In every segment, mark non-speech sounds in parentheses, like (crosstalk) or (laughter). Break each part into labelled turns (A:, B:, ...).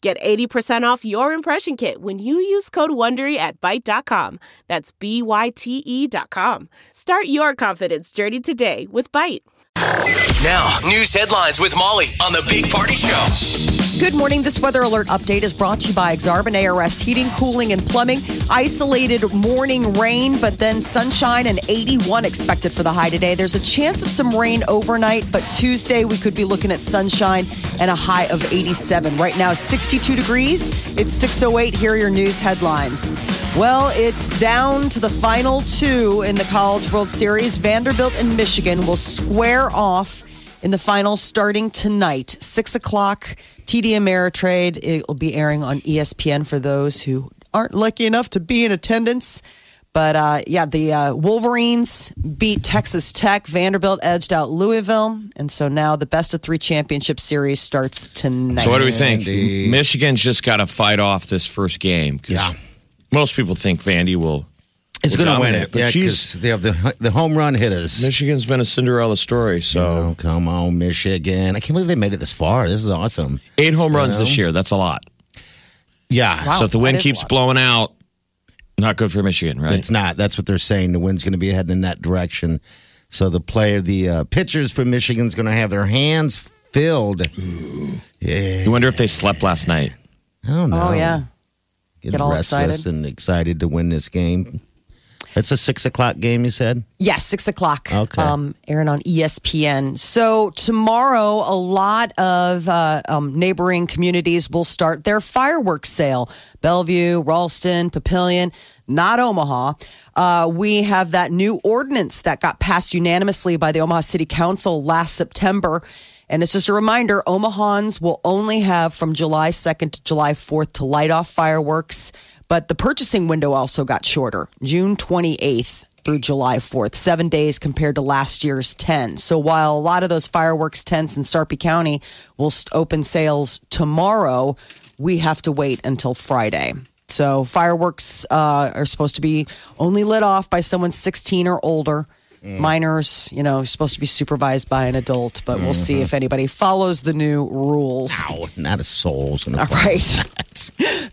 A: Get 80% off your impression kit when you use code WONDERY at Byte.com. That's b y t e. dot com. Start your confidence journey today with Byte.
B: Now, news headlines with Molly on the Big Party Show.
C: Good morning. This weather alert update is brought to you by Exarban ARS Heating, Cooling, and Plumbing. Isolated morning rain, but then sunshine and 81 expected for the high today. There's a chance of some rain overnight, but Tuesday we could be looking at sunshine and a high of 87. Right now, 62 degrees. It's 608. Here are your news headlines. Well, it's down to the final two in the College World Series. Vanderbilt and Michigan will square off in the final starting tonight, six o'clock. TD Ameritrade. It will be airing on E ESPN for those who aren't lucky enough to be in attendance. But uh, yeah, the uh, Wolverines beat Texas Tech. Vanderbilt edged out Louisville, and so now the best of three championship series starts tonight.
D: So what do we think?
E: Indeed.
D: Michigan's just got to fight off this first game. 'cause
E: Yeah.
D: Most people think Vandy will.
E: It's
D: will
E: going to win
D: dominate,
E: it.
D: But
E: Yeah,
D: she's
E: 'cause they have the the home run hitters.
D: Michigan's been a Cinderella story. So
E: Oh, come on, Michigan! I can't believe they made it this far. This is awesome.
D: eight home runs this year. That's a lot.
E: Yeah,
C: Wow.
D: so if the wind
C: Oh, that is a
D: keeps
C: lot.
D: blowing out, not good for Michigan, right?
E: it's not. That's what they're saying. The wind's going to be heading in that direction. So the player, the uh, pitchers for Michigan's going to have their hands filled. Yeah,
D: you wonder if they slept last night.
E: I don't know.
C: Oh yeah,
E: Getting
C: Get all
E: restless
C: excited.
E: and excited to win this game. It's a six o'clock game. You said.
C: yeah, six o'clock.
E: Okay.
C: um, airing on ESPN. So tomorrow, a lot of uh, um, neighboring communities will start their fireworks sale. Bellevue, Ralston, Papillion, not Omaha. Uh, we have that new ordinance that got passed unanimously by the Omaha City Council last September. And it's just a reminder Omahans will only have from July 2nd to July 4th to light off fireworks. But the purchasing window also got shorter, June 28th through July 4th, seven days compared to last year's 10. So while a lot of those fireworks tents in Sarpy County will st- open sales tomorrow, we have to wait until Friday. So fireworks uh, are supposed to be only lit off by someone 16 or older. Minors, you know, supposed to be supervised by an adult, but we'll see if anybody follows the new rules.
E: Ow, not a soul's going to.
C: Right.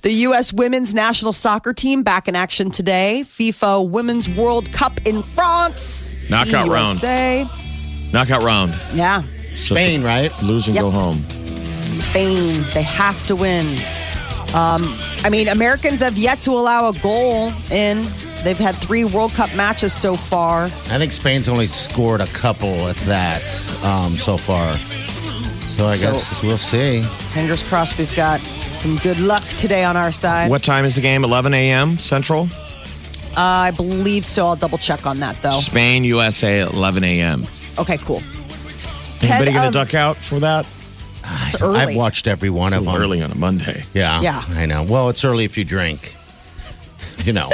C: The U.S. women's national soccer team back in action today. FIFA Women's World Cup in France.
D: Knockout
C: Team
D: round.
C: USA.
D: Knockout round.
C: Yeah.
D: So if
E: (laughs) Spain, right?
D: they Lose and go
C: Yep.
D: home.
C: Spain. They have to win. Um, I mean, Americans have yet to allow a goal in. They've had three World Cup matches so far.
E: I think Spain's only scored a couple at that um, so far. So I
C: So-
E: guess we'll see.
C: Fingers crossed we've got some good luck today on our side.
D: What time is the game? 11 a.m. Central.
C: I believe so. I'll double check on that, though.
D: Spain, USA, 11 a.m.
C: Okay, cool.
D: Anybody
C: Head
D: going
C: of-
D: to duck out for that?
C: It's early.
E: I've watched every one of them.
D: Early on a Monday.
E: Yeah.
C: Yeah.
E: I know. Well, it's early if you drink.
C: (laughs)
E: You know.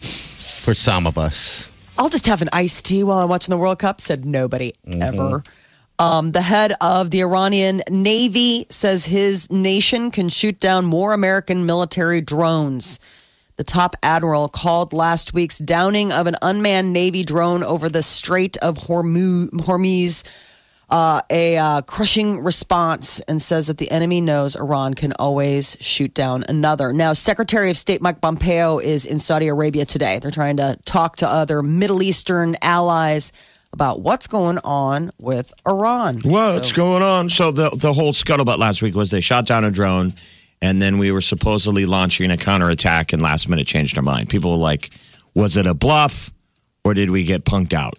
E: For some of us.
C: I'll just have an iced tea while I'm watching the World Cup, said nobody ever. Um, the head of the Iranian Navy says his nation can shoot down more American military drones. The top admiral called last week's downing of an unmanned Navy drone over the Strait of Hormu- Hormuz uh, a uh, crushing response and says that the enemy knows Iran can always shoot down another. Now, Secretary of State Mike Pompeo is in Saudi Arabia today. They're trying to talk to other Middle Eastern allies about what's going on with Iran.
D: What's going on? So the the whole scuttlebutt last week was they shot down a drone, and then we were supposedly launching a counterattack, and last minute changed our mind. People were like, "Was it a bluff, or did we get punked out?"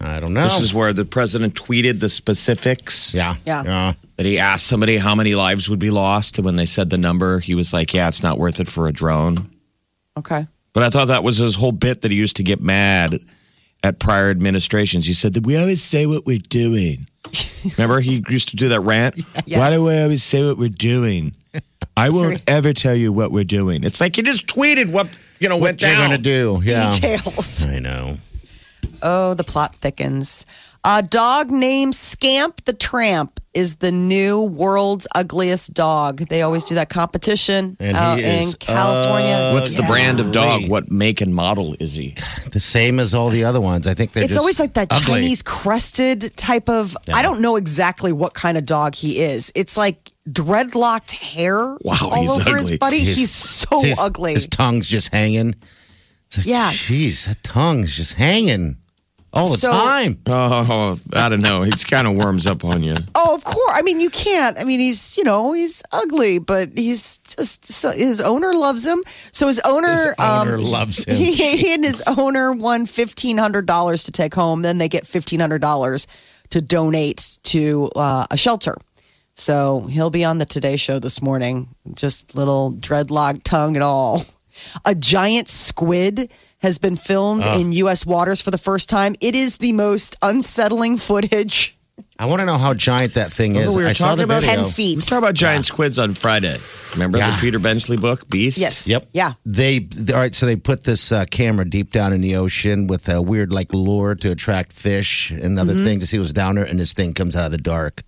E: I don't know.
D: This is where the president tweeted the specifics.
E: Oh. yeah.
C: Yeah.
D: That he asked somebody how many lives would be lost, and when they said the number, he was like, "Yeah, it's not worth it for a drone."
C: Okay.
D: But I thought that was his whole bit that he used to get mad at prior administrations. He said that we always say what we're
C: (laughs)
D: doing. Remember, he used to do that rant.
C: Yes.
D: Why do we always say what we're doing? I won't ever tell you what we're doing. It's like you just tweeted what you know went
E: What you're
D: down.
E: gonna do? Yeah,
C: Details.
E: I know.
C: Oh, the plot thickens. A dog named Scamp the Tramp is the new world's ugliest dog. They always do that competition
E: And he
C: out in
E: is uh,
C: California.
D: What's the
C: Yeah.
D: brand of dog? What make and model is he?
E: The same as all the other ones. I think they're.
C: It's
E: just
C: always like that
E: ugly.
C: Chinese crested type of. I don't know exactly what kind of dog he is. It's like dreadlocked hair
D: Wow,
C: all
D: he's
C: over his
D: ugly.
C: body. He's, so
E: his-
C: ugly.
E: His tongue's just hanging. It's like,
C: Yes.
E: Jeez, that tongue's just hanging all the
C: So-
E: time.
D: Oh, I don't know. He kind of warms up on you.
C: Oh, of course. I mean, you can't. I mean, he's you know he's ugly, but he's just so his owner loves him. So his owner,
E: His owner
C: um,
E: loves him.
C: (laughs) He, he and his owner won fifteen hundred dollars to take home. Then they get fifteen hundred dollars to donate to uh, a shelter. So he'll be on the Today Show this morning, just little dreadlock tongue and all. A giant squid has been filmed in U.S. waters for the first time. It is the most unsettling footage.
E: I want to know how giant that thing is.
D: we were
E: I saw
D: talking
E: the
D: about
E: video.
C: 10 feet.
D: We talk about giant squids on Friday. Remember
E: Yeah.
D: the Peter Benchley book, Beast?
C: Yes.
E: Yep.
C: Yeah.
E: They, they- all right. So they put this uh, camera deep down in the ocean with a weird like lure to attract fish and
C: Mm-hmm.
E: other thing to see what's down there, and this thing comes out of the dark,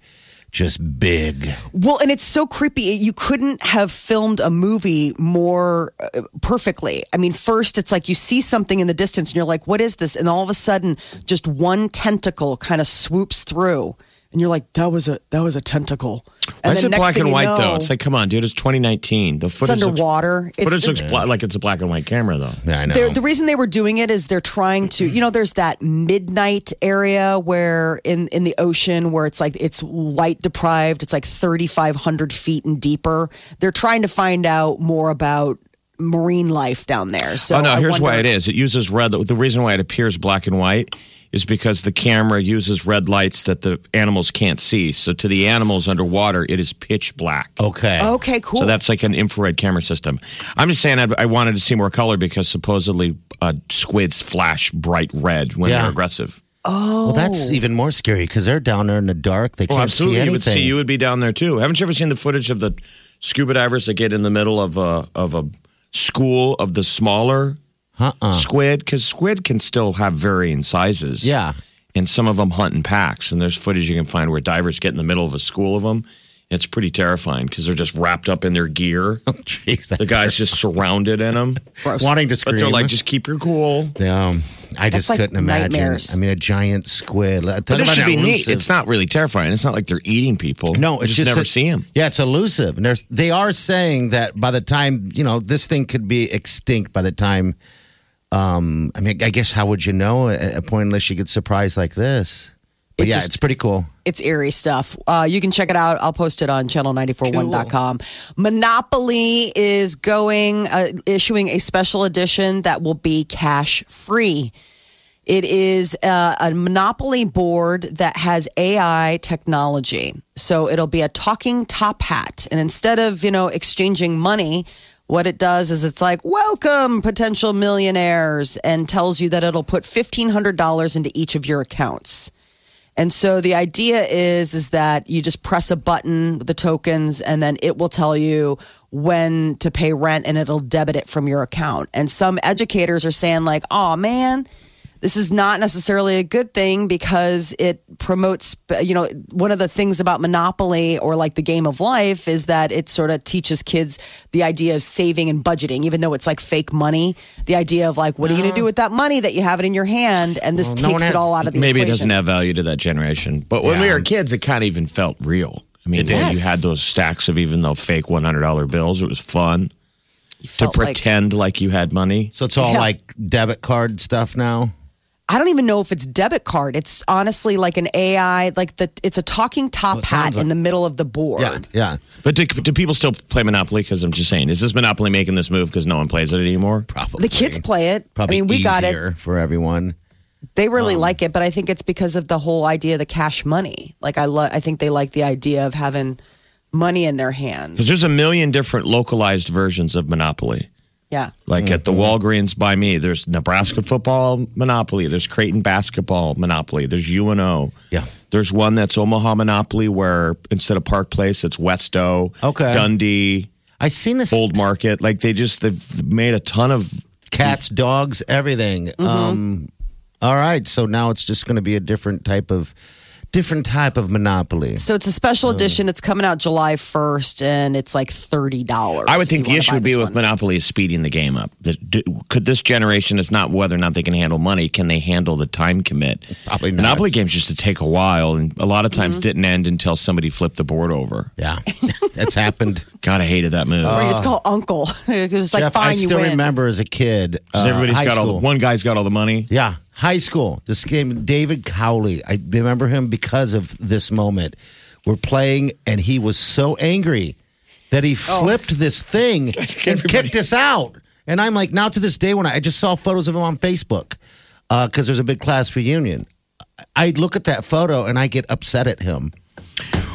E: just big.
C: Well, and it's so creepy. You couldn't have filmed a movie more uh, perfectly. I mean, first, it's like you see something in the distance and you're like, what is this? And all of a sudden, just one tentacle kind of swoops through. And you're like, that was a that was a tentacle.
D: Why
C: And
D: is
C: the
D: it
C: next
D: black
C: thing
D: and
C: you
D: white
C: know,
D: though? It's like, come on, dude. It's 2019. The
C: it's
D: footage
C: underwater.
D: Looks, footage
C: It's,
D: looks bla- like it's a black and white camera though.
E: Yeah, I know.
C: they're- the reason they were doing it is they're trying to, you know, there's that midnight area where in in the ocean where it's like it's light deprived. It's like 3,500 feet and deeper. They're trying to find out more about marine life down there. So
D: oh no,
C: I
D: here's why it
C: wonder-
D: is. It uses red. The reason why it appears black and white is because the camera uses red lights that the animals can't see. So to the animals underwater, it is pitch black.
E: okay.
C: Okay, Oh, cool.
D: So that's like an infrared camera system. I'm just saying I, I wanted to see more color because supposedly uh, squids flash bright red when
E: Yeah.
D: they're aggressive.
C: Oh.
E: Well, that's even more scary because they're down there in the dark. They
D: Oh,
E: can't see
D: absolutely.
E: anything.
D: You would see. You would be down there too. Haven't you ever seen the footage of the scuba divers that get in the middle of a of a school of the smaller
E: Uh-uh.
D: squid? Because squid can still have varying sizes.
E: Yeah.
D: and some of them hunt in packs. And there's footage you can find where divers get in the middle of a school of them. It's pretty terrifying because they're just wrapped up in their gear.
E: (laughs) Oh, jeez.
D: The guy's
E: (laughs)
D: just surrounded in them.
E: wanting to scream.
D: But they're like, just keep your cool.
E: Um, I
C: That's
E: just
C: like
E: couldn't imagine.
C: nightmares.
E: I mean, a giant squid. Talk
D: But this
E: about
D: should be neat.
E: elusive.
D: It's not really terrifying. It's not like they're eating people.
E: No,
D: you
E: it's
D: just,
E: just
D: never
E: a-
D: see them.
E: Yeah, it's elusive. And there's, they are saying that by the time you know this thing could be extinct. By the time, um, I mean, I guess how would you know at a point unless you get surprised like this? But
C: It
E: yeah,
C: just-
E: it's pretty cool.
C: It's eerie stuff. Uh, you can check it out. I'll post it on channel941.com. Monopoly is going, uh, issuing a special edition that will be cash free. It is uh, a Monopoly board that has AI technology. So it'll be a talking top hat. And instead of, you know, exchanging money, what it does is it's like, welcome, potential millionaires, and tells you that it'll put $1,500 into each of your accounts. And so the idea is is that you just press a button with the tokens and then it will tell you when to pay rent and it'll debit it from your account. And some educators are saying like, "Oh man, this is not necessarily a good thing because it promotes you know one of the things about monopoly or like the game of life is that it sort of teaches kids the idea of saving and budgeting even though it's like fake money the idea of like what are you going to do with that money that you have it in your hand and this
E: Uh-huh. Well, no
C: takes
E: one
C: it
E: has-
C: all out of the
D: Maybe it
C: equation.
D: doesn't have value to that generation. But when we
E: Yeah.
D: were kids, it kind of even felt real. I mean,
E: It
D: when
C: did.
D: you had those stacks of even though fake one hundred dollar bills, it was fun to
C: felt like-
D: pretend like, you had money.
E: So it's all
C: Yeah.
E: like debit card stuff now.
C: I don't even know if it's debit card. It's honestly like an AI, like the it's a talking top hat in the middle of the board.
E: Yeah, yeah,
D: But do, do people still play Monopoly? Because I'm just saying, is this Monopoly making this move because no one plays it anymore?
E: probably.
C: The kids play it.
E: Probably
C: I mean, we got it.
E: easier for everyone.
C: They really
D: Um,
C: like it, but I think it's because of the whole idea of the cash money. Like I lo- I think they like the idea of having money in their hands.
D: Because there's a million different localized versions of Monopoly.
C: Yeah.
D: Like at
E: Mm-hmm.
D: the Walgreens by me, there's Nebraska football monopoly. There's Creighton basketball monopoly. There's UNO.
E: Yeah.
D: There's one that's Omaha monopoly where instead of Park Place, it's Westo.
E: Okay.
D: Dundee,
E: I seen this
D: Old Market. Like they just they've made a ton of
E: cats, dogs, everything.
C: Mm-hmm.
E: Um, all right, so now it's just going to be a different type of different type of monopoly.
C: So it's a
D: Oh.
C: special edition. It's coming out July 1st and it's like $30.
D: I would
C: if
D: think
C: you wanna
D: the issue
C: buy
D: would be
C: this
D: with
C: one.
D: Monopoly is speeding the game up. That do, could this generation is not whether or not they can handle money, can they handle the time commit?
E: Probably not.
D: Monopoly games used to take a while, and a lot of times
C: Mm-hmm.
D: didn't end until somebody flipped the board over.
E: Yeah, (laughs)
C: (laughs)
E: that's happened.
D: God, I hated that move.
C: Or you just call Uncle. (laughs) it's like,
E: Jeff,
C: fine,
E: I
C: you
E: still
C: win.
E: remember as a kid.
D: Because
E: uh,
D: everybody's
E: high
D: got all
E: school.
D: the, one guy's got all the money.
E: Yeah, high school. This game, David Cowley. I remember him because of this moment. We're playing, and he was so angry that he
C: Oh.
E: flipped this thing
C: (laughs)
E: and kicked us out. And I'm like, now to this day, when I, I just saw photos of him on Facebook, because there's a big class reunion, I I'd look at that photo and I get upset at him.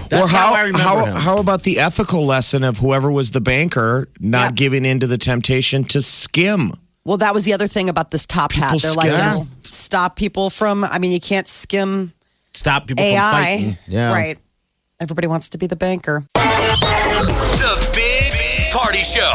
E: That's
D: or how
E: how, I remember
D: how,
E: him.
D: how about the ethical lesson of whoever was the banker not giving in to the temptation to skim?
C: Well, that was the other thing about this top hat.
D: People
C: They're like,
D: skim.
C: it'll stop people from, I mean, you can't skim
E: Stop people from
C: AI.
E: fighting. Yeah.
C: Right. Everybody wants to be the banker.
B: The Big Party Show.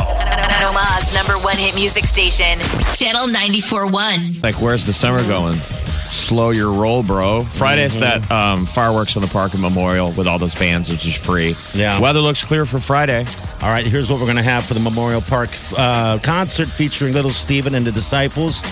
F: Omaha's number one hit music station, Channel 94.1.
D: Like, where's the summer going? Slow your roll, bro. Friday's
E: Mm-hmm.
D: that um, fireworks in the park and memorial with all those bands, which is free.
E: Yeah.
D: Weather looks clear for Friday.
E: All right, here's what we're going to have for the Memorial Park uh, concert featuring Little Steven and the Disciples.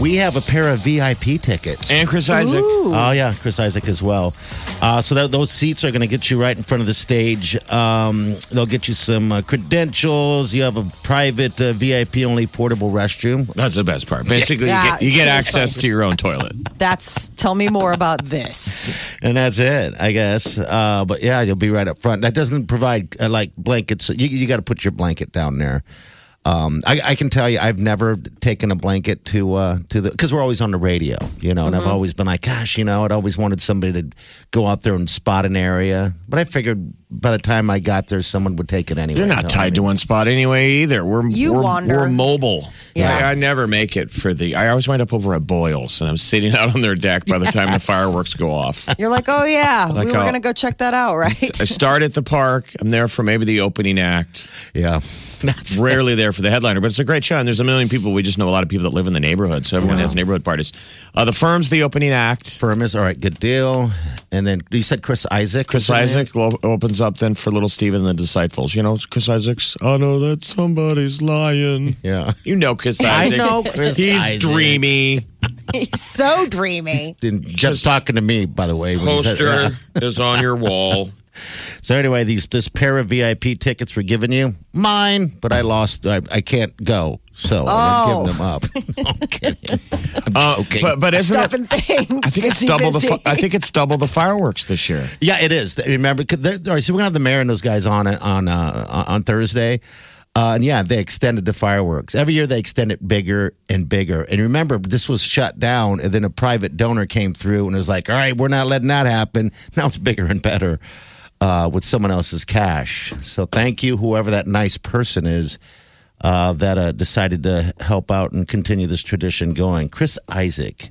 E: We have a pair of VIP tickets.
D: And Chris Isaac.
E: Oh yeah, Chris Isaac as well. Uh, so that, those seats are going to get you right in front of the stage. Um, they'll get you some uh, credentials. You have a private uh, VIP only portable restroom.
D: That's the best part. Basically,
C: Yeah,
D: you get, you get
C: seriously.
D: access to your own toilet.
C: That's, tell me more about this.
E: and that's it, I guess. Uh, but yeah, you'll be right up front. That doesn't provide uh, like blankets. You, you got to put your blanket down there. Um, I, I can tell you, I've never taken a blanket to uh, to the because we're always on the radio, you know.
D: Mm-hmm.
E: And I've always been like, gosh, you know, I'd always wanted somebody to go out there and spot an area. But I figured by the time I got there, someone would take it anyway.
D: You're not
E: So,
D: tied
E: I
D: to
E: mean,
D: one spot anyway either. We're
C: You
D: we're,
C: wander.
D: we're mobile.
C: Yeah.
D: I, I never make it for the. I always wind up over at Boyle's, and I'm sitting (laughs) out on their deck by the time the fireworks go off.
C: You're like, oh, yeah,
D: Like
C: we were
D: how-
C: going to go check that out,
D: (laughs)
C: right? (laughs)
D: I start at the park. I'm there for maybe the opening
E: (laughs)
D: act.
E: Yeah, that's
D: Rarely there for the headliner, but it's a great show. And there's a million people. We just know a lot of people that live in the neighborhood, so everyone has neighborhood parties. Uh, the firm's the opening act.
E: firm is all right. Good deal. And then you said Chris Isaac.
D: Chris
E: was in it?
D: Isaac lo- opens up then for Little Steven and the Disciples. You know, Chris Isaac's, I know that somebody's lying.
E: Yeah. (laughs)
D: You know Chris
E: I
D: Isaac.
E: know Chris
D: He's
E: Isaac.
D: dreamy.
C: He's so dreamy.
E: Didn't, just talking to me, by the way. when he said- yeah.
D: Poster is on your (laughs) wall.
E: So anyway, these this pair of VIP tickets were given you, mine, but I lost. I, I can't go, so I'm giving them up. I'm kidding. I'm
D: Uh,
E: joking.
D: But but isn't it?
C: Stopping things.
D: I think it's
C: Busy,
D: double the.
C: busy.
D: Fi- I think it's double the fireworks this year.
E: yeah, it is. Remember, 'cause they're- all right, so we're gonna have the mayor and those guys on it on uh, on Thursday. Uh, and yeah, they extended the fireworks. Every year they extend it bigger and bigger. And remember, this was shut down, and then a private donor came through and was like, "All right, we're not letting that happen." (laughs) Now it's bigger and better uh, with someone else's cash. So thank you, whoever that nice person is. uh, that uh, decided to help out and continue this tradition going. Chris Isaac.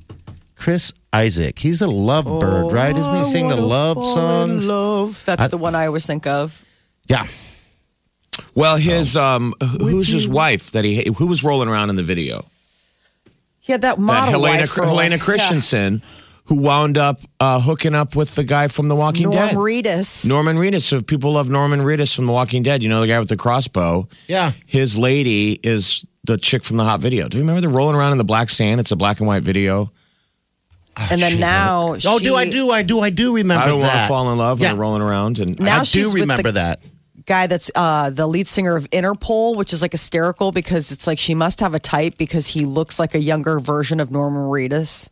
E: Chris Isaac. He's a love bird, right? Isn't he sing
C: Oh,
E: the love songs?
C: Love. That's the one I always think of.
E: Yeah.
D: Well, his um, who- who's his wife that he who was rolling around in the video?
C: He had that
D: That
C: model
D: Helena
C: wife for
D: Helena
C: like-
D: Christensen, who wound up uh, hooking up with the guy from The Walking
C: Yeah. Norm
D: Dead.
C: Reedus.
D: Norman Reedus. So if people love Norman Reedus from The Walking Dead. You know the guy with the crossbow.
E: Yeah.
D: His lady is the chick from the hot video. Do you remember they're rolling around in the black sand? It's a black and white video.
C: and then
D: Jeez,
C: now, she,
E: Oh, do I do? I do. I do remember
D: I don't want to
E: that.
D: fall in love when
E: Yeah.
D: they're rolling around. And
C: Now
E: I
C: she's
E: do
C: with
E: remember
C: the-
E: that.
C: guy that's uh, the lead singer of Interpol, which is like hysterical because it's like she must have a type because he looks like a younger version of Norman Reedus.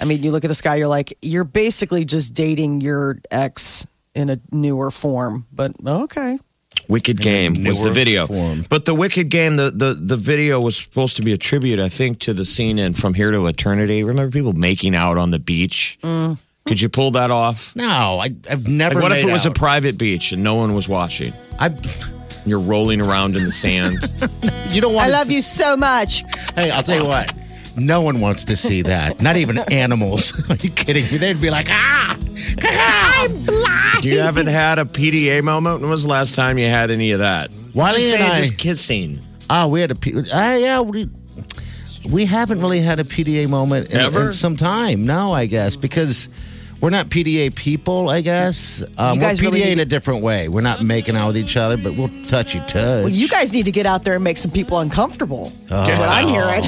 C: I mean, you look at this guy, you're like, you're basically just dating your ex in a newer form. But okay,
D: Wicked Game was the
E: newer
D: video.
E: form.
D: But the Wicked Game, the, the, the video was supposed to be a tribute, I think, to the scene in From Here to Eternity. Remember people making out on the beach?
E: Mm-hmm.
D: Could you pull that off?
E: No, I, I've never.
D: Like, what if
E: made
D: it was a
E: out.
D: private beach and no one was watching?
E: I,
D: You're rolling around in the sand.
E: (laughs) You don't want.
C: I
E: to
C: love
E: see-
C: you so much.
E: Hey, I'll tell you what. No one wants to see that. Not
C: (laughs)
E: even animals. (laughs) Are you kidding me? They'd be like, ah, I'm blind.
D: you haven't had a PDA moment. When was the last time you had any of that?
E: Wiley
D: Just
E: and
D: say
E: I-
D: just kissing.
E: Ah, we had a P. Ah, yeah, we, we haven't really had a PDA moment in,
D: Ever?
E: in some time. No, I guess because we're not PDA people. I guess um,
C: You
E: we're
C: guys
E: PDA
C: really
E: in
C: need-
E: a different way. We're not making out with each other, but we'll touchy touch.
C: Well, you guys need to get out there and make some people uncomfortable. That's what I'm hearing.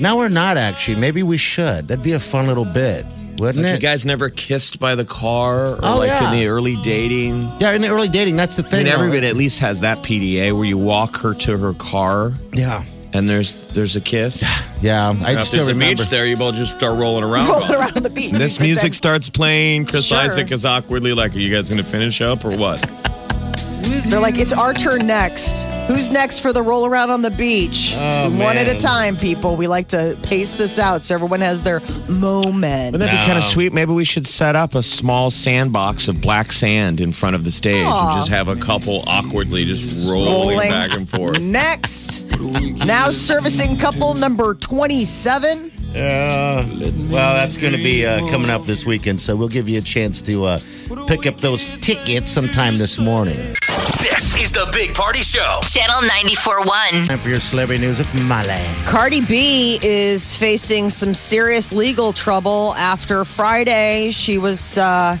E: now we're not actually. Maybe we should. That'd be a fun little bit, wouldn't
D: You
E: it?
D: guys never kissed by the car or
E: Oh,
D: like in
E: yeah.
D: the early dating.
E: yeah, in the early dating, that's the
D: I
E: thing.
D: mean,
E: though.
D: everybody at least has that PDA where you walk her to her car
E: Yeah,
D: and there's there's a (sighs) kiss.
E: yeah.
D: Now,
E: I
D: if
E: still
D: there's a
E: remember.
D: beach there, you both just start rolling around.
C: Rolling (laughs) (laughs) around on the beach.
D: And this
C: Then-
D: music starts playing. Chris
C: Sure.
D: Isaac is awkwardly like, "Are you guys going to finish up or what?"
C: They're like, it's our turn next. Who's next for the roll around on the beach? One at a time, people. We like to pace this out so everyone has their moment.
D: Wouldn't that be kind of sweet? Maybe we should set up a small sandbox of black sand in front of the stage and
C: Aw.
D: just have a couple awkwardly just rolling, back and
C: (laughs)
D: forth.
C: Next. now servicing couple number 27.
E: Uh, well, that's going to be uh, coming up this weekend, so we'll give you a chance to uh, pick up those tickets sometime this morning.
B: This is the Big Party Show.
F: Channel 94.1.
E: Time for your celebrity news with Molly.
C: Cardi B is facing some serious legal trouble after Friday. She was uh,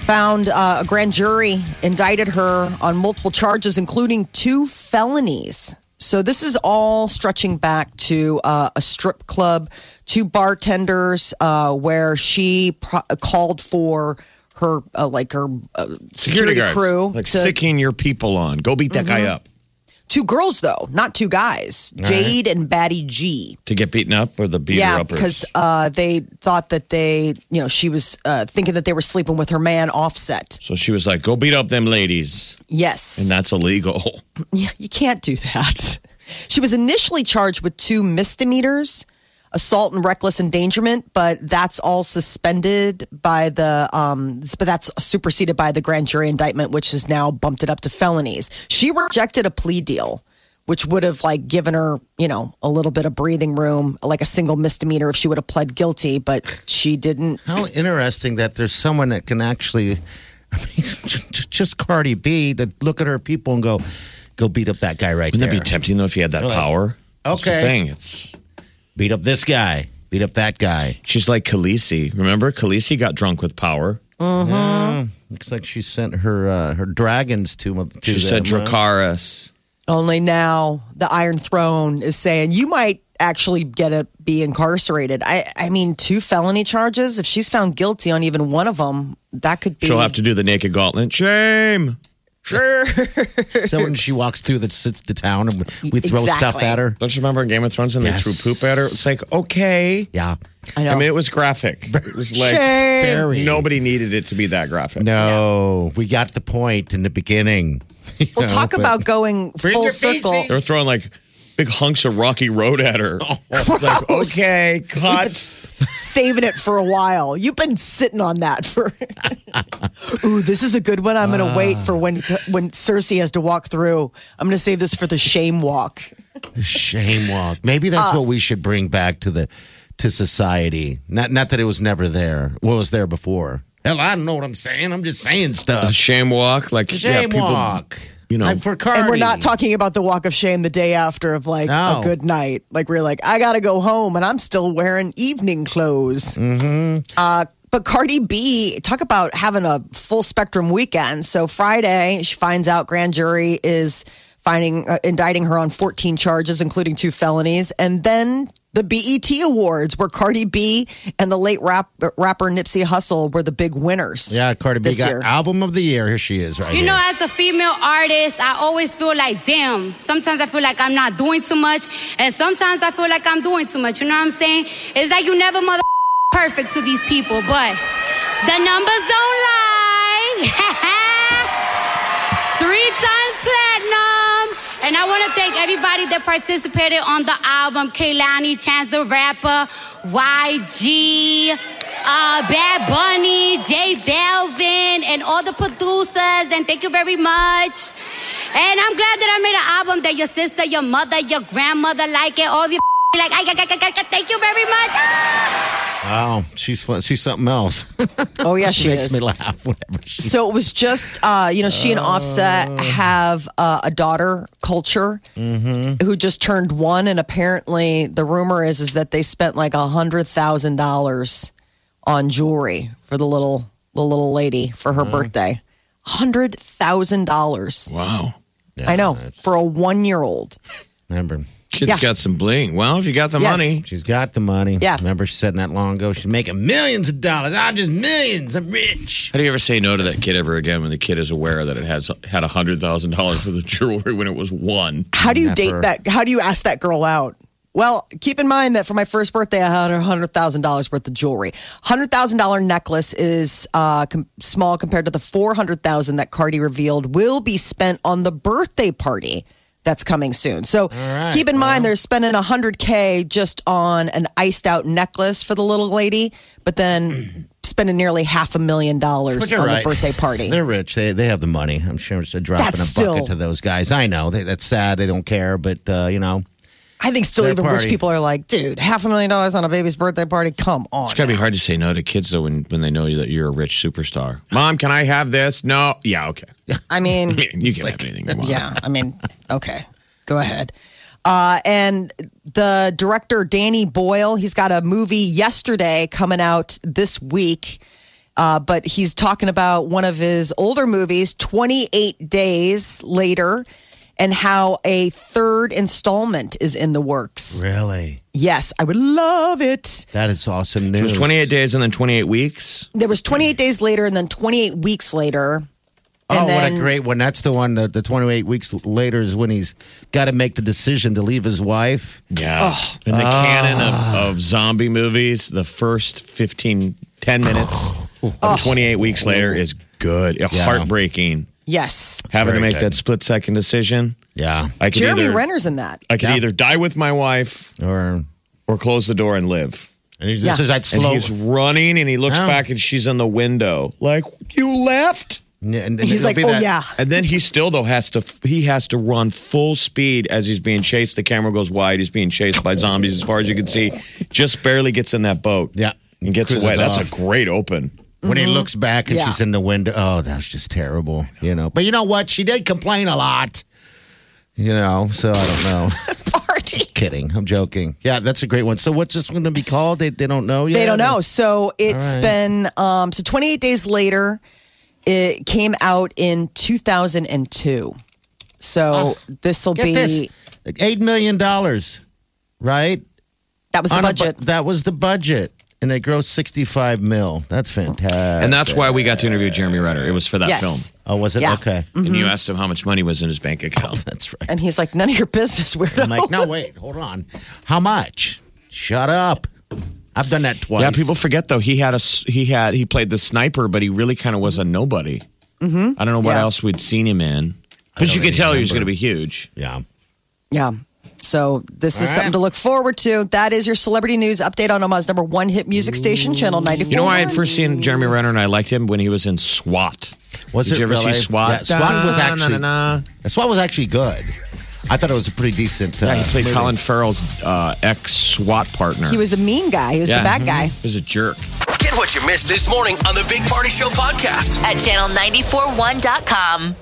C: found, uh, a grand jury indicted her on multiple charges, including two felonies. So this is all stretching back to uh, a strip club, two bartenders, uh, where she pro- called for her, uh, like her uh, security,
D: guards,
C: crew,
D: like
C: to- Mm-hmm.
D: sicking your people on. Go beat that guy up
C: two girls though, not two guys, Jade and Batty G.
D: to get beaten up or the beater
C: yeah,
D: uppers.
C: because uh, they thought that they, you know, she was uh, thinking that they were sleeping with her man Offset.
D: so she was like, "Go beat up them ladies," and
C: Yes,
D: that's illegal. (laughs)
C: Yeah, you can't do that. She was initially charged with two misdemeanors, assault and reckless endangerment, but that's all suspended by the, um, but that's superseded by the grand jury indictment, which has now bumped it up to felonies. She rejected a plea deal. Which would have like given her, you know, a little bit of breathing room, like a single misdemeanor if she would have pled guilty, but she didn't
E: How interesting that there's someone that can actually, (laughs) I mean, just Cardi B, to look at her people and go, go beat up that guy right
D: Wouldn't that
E: there.
D: be tempting though if you had that power? That's the
E: Okay.
D: thing. It's
E: beat up this guy. Beat up that guy.
D: she's like Khaleesi. Remember, Khaleesi got drunk with power.
E: Looks like she sent her uh, her dragons to uh, to
D: She said
E: them, huh?
D: Dracaris.
C: Only now the Iron Throne is saying you might actually get a, be incarcerated. I, I mean, two felony charges. If she's found guilty on even one of them, that could be.
D: She'll have to do the naked gauntlet. Shame.
C: Sure.
E: So when she walks through the the town and we, we throw stuff
C: Exactly.
E: at her.
D: (laughs) Don't you remember in Game of Thrones when
E: Yes.
D: they threw poop at her? It's like, okay.
E: Yeah.
C: I know.
D: I mean, it was graphic. It was like
E: Very.
D: nobody needed it to be that graphic.
E: No, we got the point in the beginning. (laughs)
C: we'll talk about going full circle.
D: They were throwing like big hunks of rocky road at her.
E: Oh.
D: (laughs) It's
E: (laughs)
D: like,
C: Gross.
D: okay, cut.
C: saving it for a while. You've been sitting on that for. (laughs) Ooh, this is a good one. I'm
D: Ah.
C: going to wait for when when Cersei has to walk through. I'm going to save this for the shame walk.
E: shame walk. Maybe that's
C: Uh,
E: what we should bring back to the to society. Not not that it was never there. What was there before? Hell, I don't know what I'm saying. I'm just saying
D: A
E: stuff.
D: shame walk. Like, Uh, yeah,
E: Shame
D: people,
E: walk.
D: you know.
E: Like for Cardi.
C: And we're not talking about the walk of shame the day after of like a
E: No.
C: good night. Like we're like, I gotta go home, and I'm still wearing evening clothes. Mm-hmm. Uh, but Cardi B, talk about having a full spectrum weekend. So Friday, she finds out grand jury is finding uh, indicting her on 14 charges, including two felonies, and then. The BET Awards, where Cardi B and the late rap, rapper Nipsey Hussle were the big winners.
E: Yeah, Cardi B
C: This
E: got
C: year.
E: album of the year. Here she is, right
G: You
E: here.
G: know, as a female artist, I always feel like, damn, sometimes I feel like I'm not doing too much, and sometimes I feel like I'm doing too much. You know what I'm saying? It's like you never mother (laughs) perfect to these people, but the numbers don't lie. (laughs) three times platinum. And I want to thank everybody that participated on the album Kaylani Chance the Rapper, YG, uh, Bad Bunny, J Balvin, and all the producers. And thank you very much. And I'm glad that I made an album that your sister, your mother, your grandmother like it. All the like, I, I, I, I, I- thank you very much.
E: Wow, she's fun. She's something else. (laughs)
C: Oh yeah, she
E: Makes
C: is.
E: me laugh whenever she.
C: So it was just, uh, you know, she and Offset
E: Oh.
C: have uh, a daughter, Culture,
E: Mm-hmm.
C: who just turned one, and apparently the rumor is is that they spent like a hundred thousand dollars on jewelry for the little the little lady for
E: Mm-hmm.
C: her birthday. Hundred thousand dollars.
D: Wow.
E: Yeah,
C: I know
E: that's-
C: for a one year old.
E: Remember,
D: Kid's
C: Yeah.
D: got some bling. Well, if you got the
C: Yes.
D: money,
E: she's got the money.
C: Yeah.
E: Remember, she said not long ago she's making millions of dollars. I'm just millions. I'm rich.
D: how do you ever say no to that kid ever again when the kid is aware that it has had hundred thousand dollars worth of jewelry when it was one?
C: How do you
E: Never.
C: date that? How do you ask that girl out? Well, keep in mind that for my first birthday, I had hundred thousand dollars worth of jewelry. Hundred thousand dollar necklace is uh, com- small compared to the four hundred thousand that Cardi revealed will be spent on the birthday party that's coming soon. So keep in mind they're spending hundred k just on an iced out necklace for the little lady, but then (clears throat) spending nearly half a million dollars
E: But you're
C: on
E: right.
C: the birthday party.
E: They're rich. They they have the money. I'm sure it's a drop in a
C: That's
E: bucket
C: still-
E: to those guys. I know they, that's sad. They don't care, but uh, you know,
C: I think still
E: their
C: even
E: party.
C: rich people are like, dude, half a million dollars on a baby's birthday party. Come on.
D: It's gotta be hard to say no to kids though when, when they know that you're a rich superstar. Mom, can I have this? No. Yeah, okay. (laughs)
C: I mean,
E: (laughs)
D: You can have anything you want.
C: yeah, I mean, okay, go ahead. Uh, and the director, Danny Boyle, he's got a movie yesterday coming out this week. Uh, but he's talking about one of his older movies, 28 Days Later, and how a third installment is in the works.
E: really,
C: Yes, I would love it.
E: that is awesome news.
D: It was 28 days and then 28 weeks.
C: There was 28 Days Later and then 28 Weeks Later.
E: Oh,
C: And
E: what a
C: then-
E: great one! That's the one. That the 28 weeks later is when he's got to make the decision to leave his wife.
D: Yeah.
C: Oh.
D: In the canon
C: Ah.
D: of, of zombie movies, the first 15, 10 minutes
C: Oh.
D: of 28 weeks later is good. Heartbreaking.
C: Yes.
D: Having to
E: very
D: make
E: good.
D: that split second decision.
E: Yeah,
D: I could
C: Jeremy
D: either,
C: Renner's in that.
D: I could
E: Yeah.
D: either die with my wife
E: or
D: or close the door and live.
E: and he,
C: Yeah.
E: this is that
D: And
E: slow. Oh.
D: he's running and he looks
E: Yeah.
D: back and she's in the window. Like, you left?
E: and- and
C: He's
E: it'll
C: like,
E: be
C: oh,
E: that-
C: yeah. (laughs)
D: And then he still though has to he has to run full speed as he's being chased. The camera goes wide. He's being chased by zombies as far as you can see. Just barely gets in that boat.
E: Yeah.
D: and gets
E: Cruises
D: away. That's a
E: off.
D: great open.
E: when he looks back and
C: Mm-hmm. Yeah.
E: she's in the window. Oh, that was just terrible. You know, but you know what? She did complain a lot. You know, so I don't know.
C: Party.
E: Kidding. I'm joking. Yeah, that's a great one. So what's this one going to be called? They, they don't know yet.
C: They don't know. So it's
E: All right.
C: been um, so 28 days later. It came out in 2002. So this will
E: Ah, Get
C: be
E: this. Like Eight million dollars, right?
C: that was the
E: On a bu-
C: budget.
E: that was the budget, and they grossed 65 mil. That's fantastic.
D: And that's why we got to interview Jeremy Renner. It was for that
C: Yes.
D: film.
E: oh, was it
C: Yeah.
E: okay? (laughs)
D: And you asked him how much money was in his bank account.
E: That's right.
C: And he's like, none of your business, (laughs) weirdo.
E: I'm like, no, wait, hold on. How much? Shut up. I've done that twice.
D: Yeah, people forget though. He had a s- he had he played the sniper, but he really kind of was a nobody. Mm-hmm. I don't know what
C: Yeah.
D: else we'd seen him in,
E: don't
D: because you could
E: even
D: tell he was going
E: remember.
D: to be huge.
E: Yeah.
C: Yeah. So this is
E: All right.
C: something to look forward to. That is your celebrity news update on Omaha's number one hit music station, Channel 94.
D: You know, I had first seen Jeremy Renner, and I liked him when he was in SWAT.
E: Was
D: Did
E: it
D: you ever
E: really?
D: see SWAT?
E: Yeah, SWAT was actually-
D: Na-na-na-na.
E: SWAT was actually good. I thought it was a pretty decent. Uh,
D: Yeah, he played
E: movie.
D: Colin Farrell's uh, ex SWAT partner.
C: He was a mean guy. He was
D: Yeah.
C: the bad
E: Mm-hmm.
C: guy.
D: He was a jerk.
B: Get what you missed this morning on the Big Party Show podcast.
F: at channel941.com.